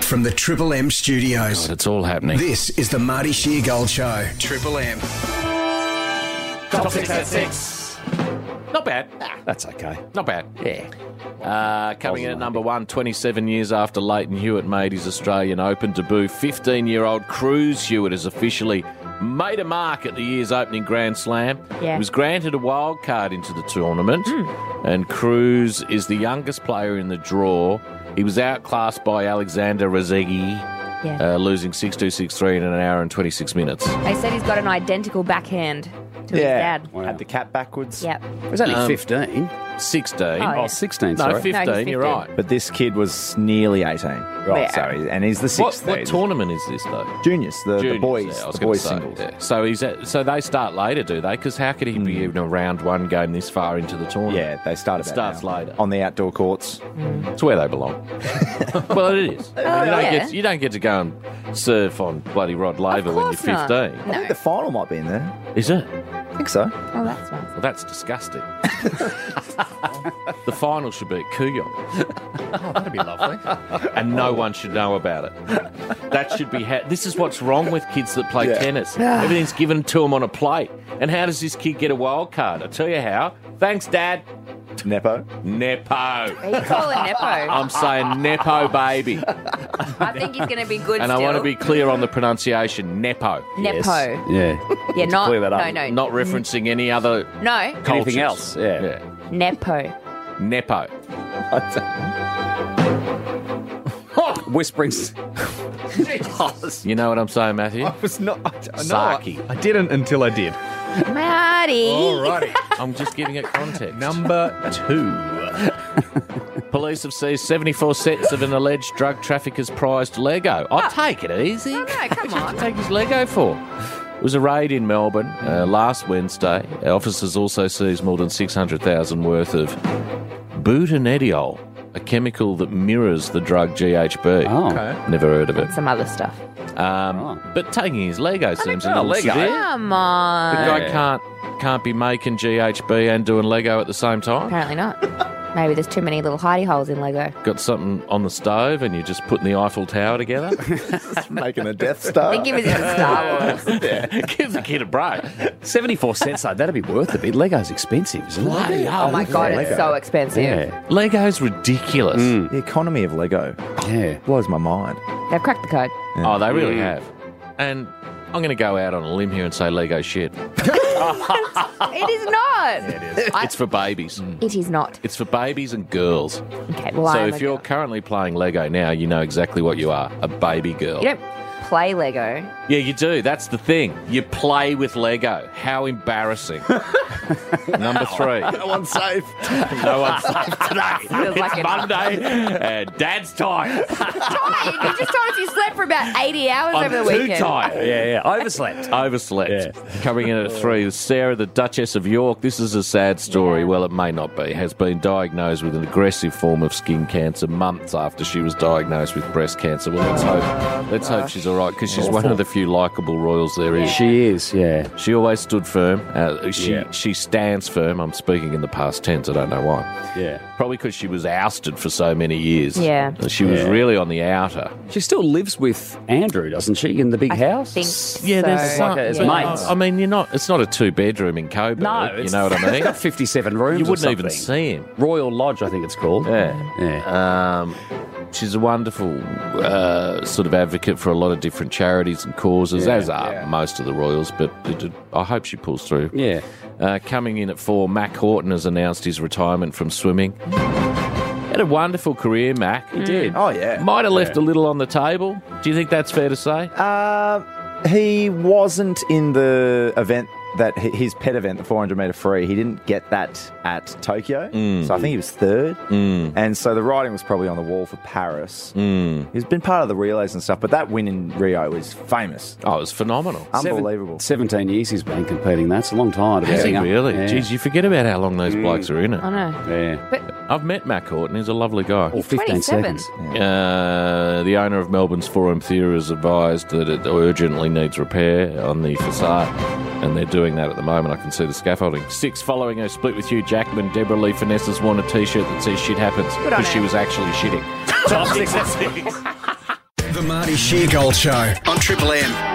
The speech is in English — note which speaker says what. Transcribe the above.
Speaker 1: from the Triple M studios.
Speaker 2: It's all happening.
Speaker 1: This is the Marty Sheargold Show. Triple M.
Speaker 3: Top six at six. Not bad.
Speaker 2: That's okay.
Speaker 3: Not bad.
Speaker 2: Yeah.
Speaker 3: Uh, coming in at number one, 27 years after Leighton Hewitt made his Australian Open debut, 15 year old Cruz Hewitt has officially made a mark at the year's opening Grand Slam.
Speaker 4: Yeah.
Speaker 3: He was granted a wild card into the tournament, and Cruz is the youngest player in the draw. He was outclassed by Alexander Rozegi,
Speaker 4: Yeah.
Speaker 3: uh, losing 6 2 6 3 in an hour and 26 minutes.
Speaker 4: They said he's got an identical backhand to his dad.
Speaker 5: Had the cat backwards.
Speaker 4: Yep.
Speaker 5: It was only
Speaker 3: Um,
Speaker 5: 15.
Speaker 3: Sixteen.
Speaker 4: Oh, yeah.
Speaker 5: Oh, 16,
Speaker 3: No,
Speaker 5: sorry.
Speaker 3: 15,
Speaker 4: No, he's
Speaker 3: you're
Speaker 4: 15.
Speaker 3: right.
Speaker 6: But this kid was nearly 18. Right,
Speaker 4: Yeah.
Speaker 6: so he's, and he's the
Speaker 3: What,
Speaker 6: sixth.
Speaker 3: what
Speaker 6: He's-
Speaker 3: tournament is this, though?
Speaker 6: Juniors, the, the
Speaker 3: Juniors,
Speaker 6: boys,
Speaker 3: yeah, I was
Speaker 6: the
Speaker 3: gonna
Speaker 6: boys
Speaker 3: say,
Speaker 6: singles.
Speaker 3: yeah. So he's at, so they start later, do they? Because how could he
Speaker 6: Hmm.
Speaker 3: be in a round one game this far into the tournament?
Speaker 6: Yeah, they started.
Speaker 3: It starts later.
Speaker 6: on the outdoor courts.
Speaker 3: Yeah, it's where they belong. well, it is. you, don't
Speaker 4: Oh, yeah.
Speaker 3: get, you don't get to go and surf on bloody Rod Laver when you're
Speaker 4: course not.
Speaker 3: 15,
Speaker 6: I think the final might be in there.
Speaker 3: is it?
Speaker 6: I think so.
Speaker 4: Oh, that's nice.
Speaker 3: Well, that's disgusting. the final should be at Kooyong,
Speaker 5: Oh, That'd be lovely.
Speaker 3: and no one should know about it. That should be. Ha- this is what's wrong with kids that play tennis. Everything's given to them on a plate. And how does this kid get a wild card? I tell you how. Thanks, Dad.
Speaker 6: Nepo.
Speaker 3: Nepo.
Speaker 4: He call it Nepo.
Speaker 3: I'm saying Nepo baby.
Speaker 4: I think he's going to be good
Speaker 3: And I
Speaker 4: still.
Speaker 3: want to be clear on the pronunciation Nepo.
Speaker 4: Nepo.
Speaker 5: Yeah.
Speaker 4: Yeah, not,
Speaker 5: clear that up.
Speaker 4: no, no,
Speaker 3: Not referencing any other
Speaker 4: no,
Speaker 3: cultures.
Speaker 5: Mm. Anything else? Yeah.
Speaker 3: Yeah.
Speaker 4: Nepo.
Speaker 3: Nepo.
Speaker 5: Whispering. s-
Speaker 3: You know what I'm saying, Matthew?
Speaker 6: was not. I,
Speaker 3: no, Saki.
Speaker 6: I, didn't until I did.
Speaker 4: Marty.
Speaker 6: Alrighty.
Speaker 3: I'm just giving it context.
Speaker 6: Number two.
Speaker 3: Police have seized 74 sets of an alleged drug trafficker's prized Lego. I'll take it easy.
Speaker 4: Oh, no, come on.
Speaker 3: take his Lego for? It was a raid in Melbourne uh, last Wednesday. Officers also seized more than 600,000 worth of butanediol, a chemical that mirrors the drug GHB.
Speaker 5: Oh.
Speaker 3: Never heard of it.
Speaker 4: Some other stuff.
Speaker 3: Um, But taking his Oh, Lego seems a little
Speaker 5: Lego.
Speaker 3: severe.
Speaker 4: Come
Speaker 3: The
Speaker 4: on.
Speaker 3: guy can't can't be making GHB and doing Lego at the same time.
Speaker 4: Apparently not. Maybe there's too many little hidey holes in Lego.
Speaker 3: Got something on the stove and you're just putting the Eiffel Tower together.
Speaker 6: Making a Death Star.
Speaker 4: They give it to Star Wars.
Speaker 3: Oh, Give the kid a break.
Speaker 5: 74 cents, though. That'd be worth a bit. Lego's expensive, isn't
Speaker 3: Bloody
Speaker 5: it?
Speaker 3: hell.
Speaker 4: Oh my god, it's so expensive.
Speaker 5: Yeah.
Speaker 3: Lego's ridiculous.
Speaker 6: The economy of Lego
Speaker 5: Yeah.
Speaker 6: blows my mind.
Speaker 4: They've cracked the code.
Speaker 3: Oh, they really
Speaker 5: Mm.
Speaker 3: have. And I'm going to go out on a limb here and say Lego shit.
Speaker 4: It is not.
Speaker 3: It's for babies.
Speaker 4: It is not.
Speaker 3: It's for babies and girls.
Speaker 4: Okay, well,
Speaker 3: so
Speaker 4: I'm
Speaker 3: if you're currently playing Lego now, you know exactly what you are a baby girl.
Speaker 4: You don't play Lego.
Speaker 3: Yeah, you do. That's the thing. You play with Lego. How embarrassing. Number three. No one's safe. no one's safe today.
Speaker 4: Feels
Speaker 3: It's
Speaker 4: like it.
Speaker 3: Monday. and Dad's tired.
Speaker 4: Tired. You just told us you slept for about 80 hours
Speaker 3: I'm
Speaker 4: over the
Speaker 3: too
Speaker 4: weekend.
Speaker 3: tired.
Speaker 5: Yeah, yeah. Overslept.
Speaker 3: Overslept. Coming in at three is Sarah, the Duchess of York. This is a sad story. Well, it may not be. Has been diagnosed with an aggressive form of skin cancer months after she was diagnosed with breast cancer. Well, let's hope. Let's hope she's all right because she's one of the few likable royals there is. She
Speaker 5: She is, yeah.
Speaker 3: she always stood firm. Uh, she
Speaker 5: Yeah.
Speaker 3: she stands firm. I'm speaking in the past tense. I don't know why.
Speaker 5: Yeah.
Speaker 3: Probably because she was ousted for so many years.
Speaker 4: Yeah.
Speaker 3: She was
Speaker 5: Yeah.
Speaker 3: really on the outer.
Speaker 5: She still lives with Andrew, doesn't she, in the big
Speaker 4: I
Speaker 5: house?
Speaker 4: think
Speaker 3: Yeah, there's
Speaker 4: so.
Speaker 3: some,
Speaker 5: Like a- it's
Speaker 3: but,
Speaker 5: mates.
Speaker 3: uh, I mean, you're not. It's not a two bedroom in Coburg.
Speaker 5: No,
Speaker 3: you
Speaker 5: it's-
Speaker 3: know what I
Speaker 5: It's
Speaker 3: mean.
Speaker 5: got 57 rooms.
Speaker 3: you
Speaker 5: or
Speaker 3: wouldn't even
Speaker 5: something.
Speaker 3: see him.
Speaker 5: Royal Lodge, I think it's called.
Speaker 3: Yeah.
Speaker 5: Yeah.
Speaker 3: Um, she's a wonderful uh, sort of advocate for a lot of different charities and causes,
Speaker 5: Yeah,
Speaker 3: as are most of the royals. But it, it- I hope she pulls through.
Speaker 5: Yeah.
Speaker 3: Uh, coming in at four, Mac Horton has announced his retirement from swimming. Had a wonderful career, Mac. He did.
Speaker 6: Oh yeah.
Speaker 3: Might have left a little on the table. Do you think that's fair to say?
Speaker 6: Uh, he wasn't in the event that hi- his pet event, the 400 meter free. He didn't get that at Tokyo, so I think he was third. And so the writing was probably on the wall for Paris. He's been part of the relays and stuff, but that win in Rio was famous,
Speaker 3: Oh, it was phenomenal.
Speaker 5: Seven-
Speaker 6: unbelievable.
Speaker 5: 17 years he's been competing. That's a long time. to be
Speaker 3: Has he
Speaker 5: getting up.
Speaker 3: really?
Speaker 5: Yeah. Mm.
Speaker 3: Geez, you forget about how long those blokes are in it.
Speaker 4: I know.
Speaker 5: Yeah.
Speaker 3: I've met Matt Horton. He's a lovely guy.
Speaker 5: Or 15
Speaker 4: 27.
Speaker 5: seconds.
Speaker 3: Uh, the owner of Melbourne's Forum Theatre has advised that it urgently needs repair on the facade, and they're doing that at the moment. I can see the scaffolding. Six, following her split with Hugh Jackman, Deborah Lee Finesse's worn a t shirt that says shit happens because she was actually shitting.
Speaker 1: The Marty Sheargold Show on Triple M.